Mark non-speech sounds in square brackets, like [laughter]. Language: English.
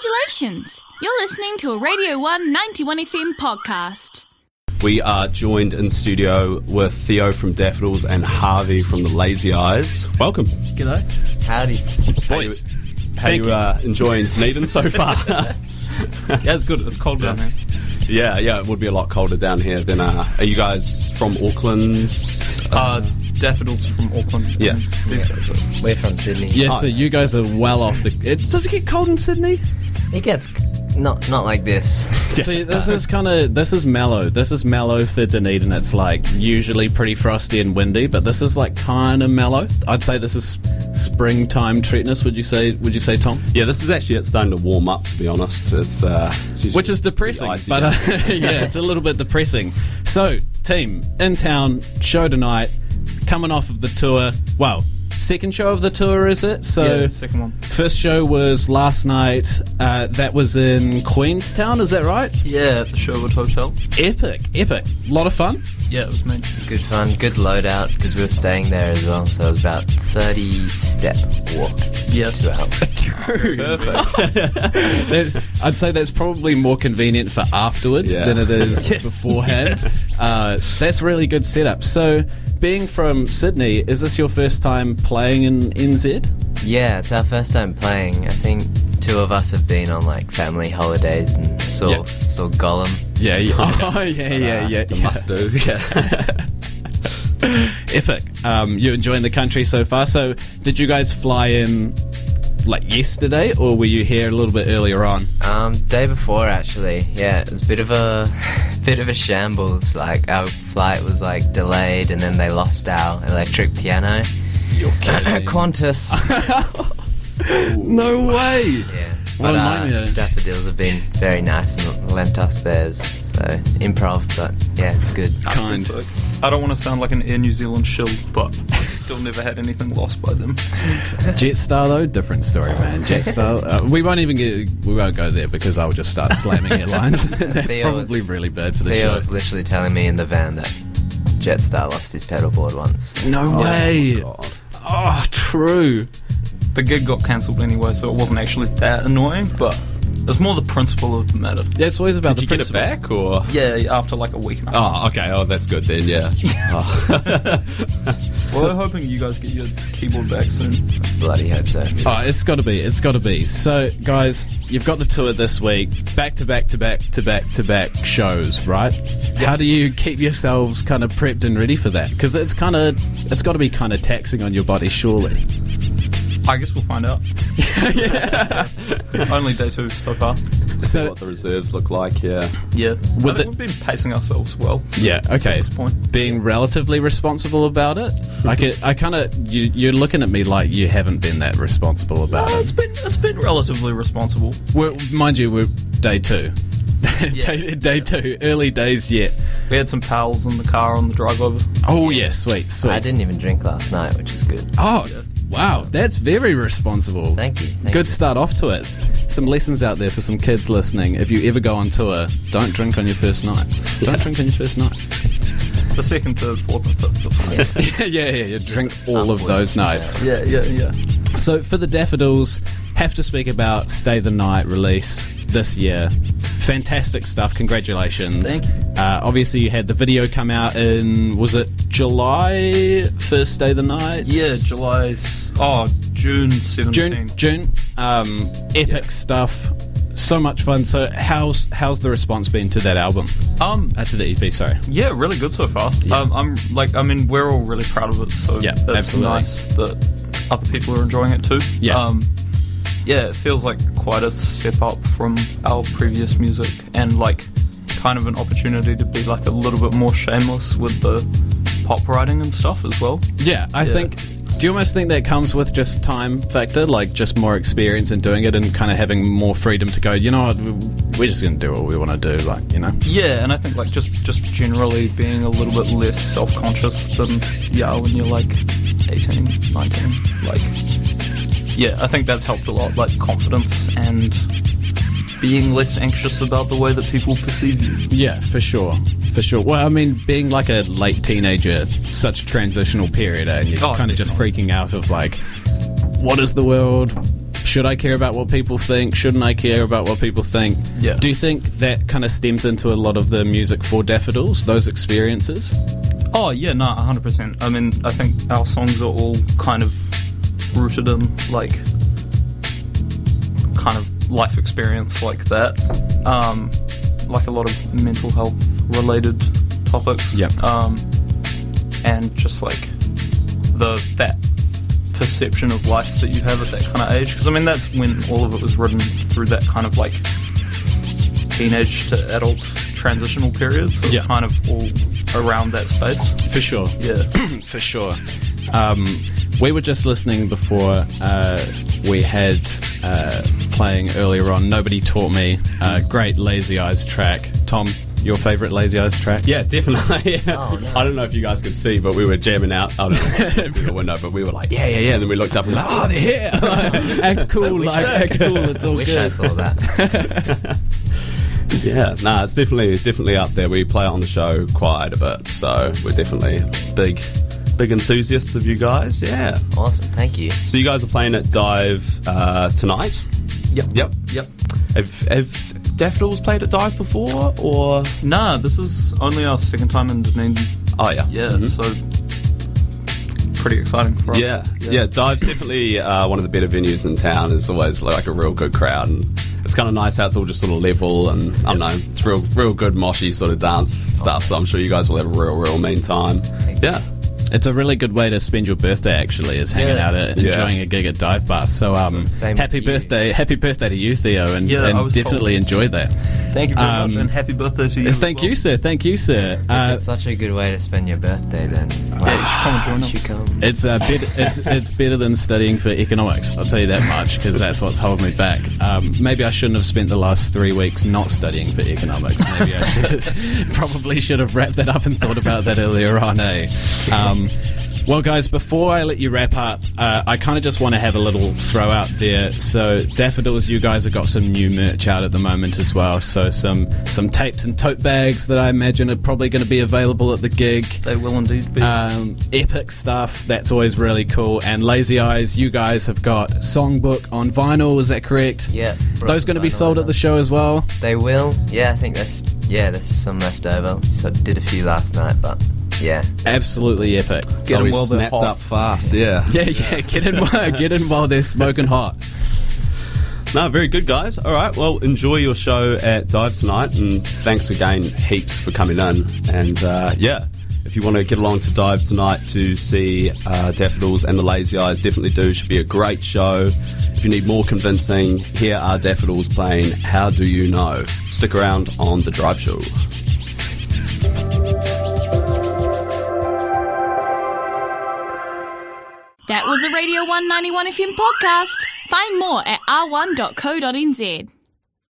Congratulations! You're listening to a Radio 1 91 FM podcast. We are joined in studio with Theo from Daffodils and Harvey from the Lazy Eyes. Welcome, G'day. Howdy. Boys. How Thank you you. uh, enjoying Dunedin so [laughs] far? Yeah, it's good. It's cold down there. yeah, yeah, it would be a lot colder down here than. Uh, are you guys from Auckland? Uh, daffodils from Auckland. Yeah. These guys are- We're from Sydney. Yeah, Oh, so you guys are well off the. It, does it get cold in Sydney? It gets not not like this. [laughs] See, this is kind of this is mellow. This is mellow for Dunedin. It's like usually pretty frosty and windy, but this is like kind of mellow. I'd say this is springtime treatness. Would you say? Would you say, Tom? Yeah, this is actually it's starting to warm up. To be honest, it's, uh, it's usually Which is pretty depressing, icy but [laughs] uh, out. yeah, it's a little bit depressing. So, team in town show tonight, coming off of the tour. Well, second show of the tour is it? So Yeah, second one. First show was last night. Uh, that was in Queenstown, is that right? Yeah, at the Sherwood Hotel. Epic, epic. A lot of fun. Yeah, it was me. Good fun, good loadout because we were staying there as well. So it was about thirty step walk Yeah. to our house. That- I'd say that's probably more convenient for afterwards Yeah. than it [laughs] is beforehand. Uh, that's really good setup. So, being from Sydney, is this your first time playing in NZ? Yeah, it's our first time playing. I think two of us have been on like family holidays and saw Yeah. saw Gollum. Yeah, yeah. [laughs] Oh, yeah, [laughs] yeah, yeah. the yeah. must do. Yeah. Epic. Um, you're enjoying the country so far. So, did you guys fly in like yesterday, or were you here a little bit earlier on? Um, day before actually. Yeah, it was a bit of a [laughs] bit of a shambles. Like our flight was like delayed, and then they lost our electric piano. [laughs] You're Qantas. No way. Yeah. What But a uh, nightmare. daffodils have been very nice and lent us theirs. So improv, but yeah, it's good. Kind. I don't want to sound like an Air New Zealand shill, but [laughs] I've still never had anything lost by them. Jetstar though, different story, man. [laughs] Jetstar. Uh, we won't even get. We won't go there because I will just start slamming airlines. [laughs] That's Theo was- probably really bad for the Theo show. was literally telling me in the van that Jetstar lost his pedalboard once. no way. Oh, true. The gig got cancelled anyway, so it wasn't actually that annoying, but it was more the principle of the matter. Yeah, it's always about Did you the get it principle. back or? Yeah, after like a week and a half. Oh, okay. Oh, that's good then. Yeah. well, I'm hoping you guys get your keyboard back soon. Bloody hope so. Oh, it's got to be. It's got to be. So, guys, you've got the tour this week, back to back to back to back to back shows, right? How do you keep yourselves kind of prepped and ready for that? Because it's kind of, it's got to be kind of taxing on your body, surely. I guess we'll find out. [laughs] Only day two so far. See So, what the reserves look like. Yeah. Yeah. I With think it- we've been pacing ourselves well. yeah, okay. At this point. being relatively responsible about it. Like it, I kind of you, you're looking at me like you haven't been that responsible about Uh, it's it. been it's been relatively responsible. We're, mind you, we're day two, day, day two, early days yet. We had some pals in the car on the drive over. Oh yes, sweet, sweet. I didn't even drink last night, which is good. Oh wow, that's very responsible. Thank you. Thank Good You. start off to it. Some lessons out there for some kids listening. If you ever go on tour, don't drink on your first night. Don't drink on your first night. The second, third, fourth, and fifth. Of yeah, yeah, yeah. Drink all of upwards, those yeah. nights. yeah, yeah, yeah. So for the Daffodils, have to speak about Stay the Night release this year. Fantastic stuff! Congratulations. Thank you. Uh, obviously, you had the video come out in was it July first Stay the Night? Yeah, July. s- Oh, June June. seventeenth. June. Um, epic stuff. So much fun. So how's how's the response been to that album? Um, Uh, to the EP, sorry. yeah, really good so far. Um, I'm like, I mean, we're all really proud of it. So Yeah, it's absolutely. nice that other people are enjoying it too. Yeah. Um, yeah, it feels like quite a step up from our previous music, and like, kind of an opportunity to be like a little bit more shameless with the pop writing and stuff as well. Yeah, I Yeah. think. Do you almost think that comes with just time factor, like just more experience in doing it and kind of having more freedom to go? You know, what, we're just going to do what we want to do, like you know. Yeah, and I think like just just generally being a little bit less self conscious than yeah when you're like 18, 19. Like yeah, I think that's helped a lot, like confidence and being less anxious about the way that people perceive you. Yeah, for sure, for sure. Well, I mean, being like a late teenager, such a transitional period, eh, and you're Oh, kind of just freaking out of like, what is the world? should I care about what people think? Shouldn't I care about what people think? Yeah. Do you think that kind of stems into a lot of the music for daffodils, those experiences? Oh yeah, no, hundred percent. I mean, I think our songs are all kind of rooted in like kind of life experience like that, um, like a lot of mental health related topics. Yep. Um, and just like the that perception of life that you have at that kind of age, because I mean that's when all of it was written through that kind of like teenage to adult transitional period. So it's Yeah. kind of all around that space. For sure. Yeah. for sure. Um, we were just listening before uh, we had uh, playing earlier on. Nobody taught me. Uh, great Lazy Eyes track. Tom, your favorite Lazy Eyes track? Yeah, [laughs] definitely. Yeah. Oh, nice. I don't know if you guys could see, but we were jamming out. I don't know, through the window, but we were like, yeah, yeah, yeah. And then we looked up and like, oh, they're here. [laughs] act cool, like act [laughs] cool. It's all Wish I good. saw [laughs] that. yeah, nah, it's definitely definitely up there. We play it on the show quite a bit, so we're definitely big big enthusiasts of you guys. Yeah. awesome, thank you. So you guys are playing at Dive uh, tonight. Yep. Yep. Yep. Have, have Daffodils played at Dive before, or Nah, this is only our second time in Dunedin. oh yeah, Yeah, Mm-hmm. Mhm. so pretty exciting for us. Yeah, yeah, Dive's definitely uh, one of the better venues in town. It's always like a real good crowd, and it's kind of nice how it's all just sort of level, and I don't know, it's real, real good moshy sort of dance stuff. So I'm sure you guys will have a real, real mean time. Yeah, It's a really good way to spend your birthday. Actually, is hanging Yeah. out at Yeah. enjoying a gig at dive bar. So, um, Same happy with you. birthday, happy birthday to you, Theo, and, Yeah, and I was definitely told. enjoy that. Thank you very Um, much, and happy birthday to you. as Thank well. you, sir. Thank you, sir. Uh, it's such a good way to spend your birthday then. Yeah, you should come and join you us. should come. It's uh, bet- it's it's better than studying for economics. I'll tell you that much because that's what's holding me back. Um, maybe I shouldn't have spent the last three weeks not studying for economics. Maybe I should [laughs] probably should have wrapped that up and thought about that earlier on. Eh? Um, well, guys, before I let you wrap up, uh, I kind of just want to have a little throw out there. So, daffodils, you guys have got some new merch out at the moment as well. So, some some tapes and tote bags that I imagine are probably going to be available at the gig They will indeed be. um, epic stuff. That's always really cool. And Lazy Eyes, you guys have got songbook on vinyl. Is that correct? Yeah. Those going to be sold at the show as well. They will. Yeah, I think that's yeah. There's some left over. So I did a few last night, but yeah. Absolutely epic. Get Oh, 'em we while they're snapped hot. up fast. Yeah, Yeah, [laughs] yeah. Get in, while, get in while they're smoking hot. No, very good, guys. All right, well, enjoy your show at Dive tonight, and thanks again heaps for coming in. And uh, yeah, if you want to get along to Dive tonight to see uh, Daffodils and the Lazy Eyes, definitely do. Should be a great show. If you need more convincing, here are Daffodils playing How Do You Know? Stick around on The Drive Show. That was a Radio 191 FM podcast. Find more at r1.co.nz.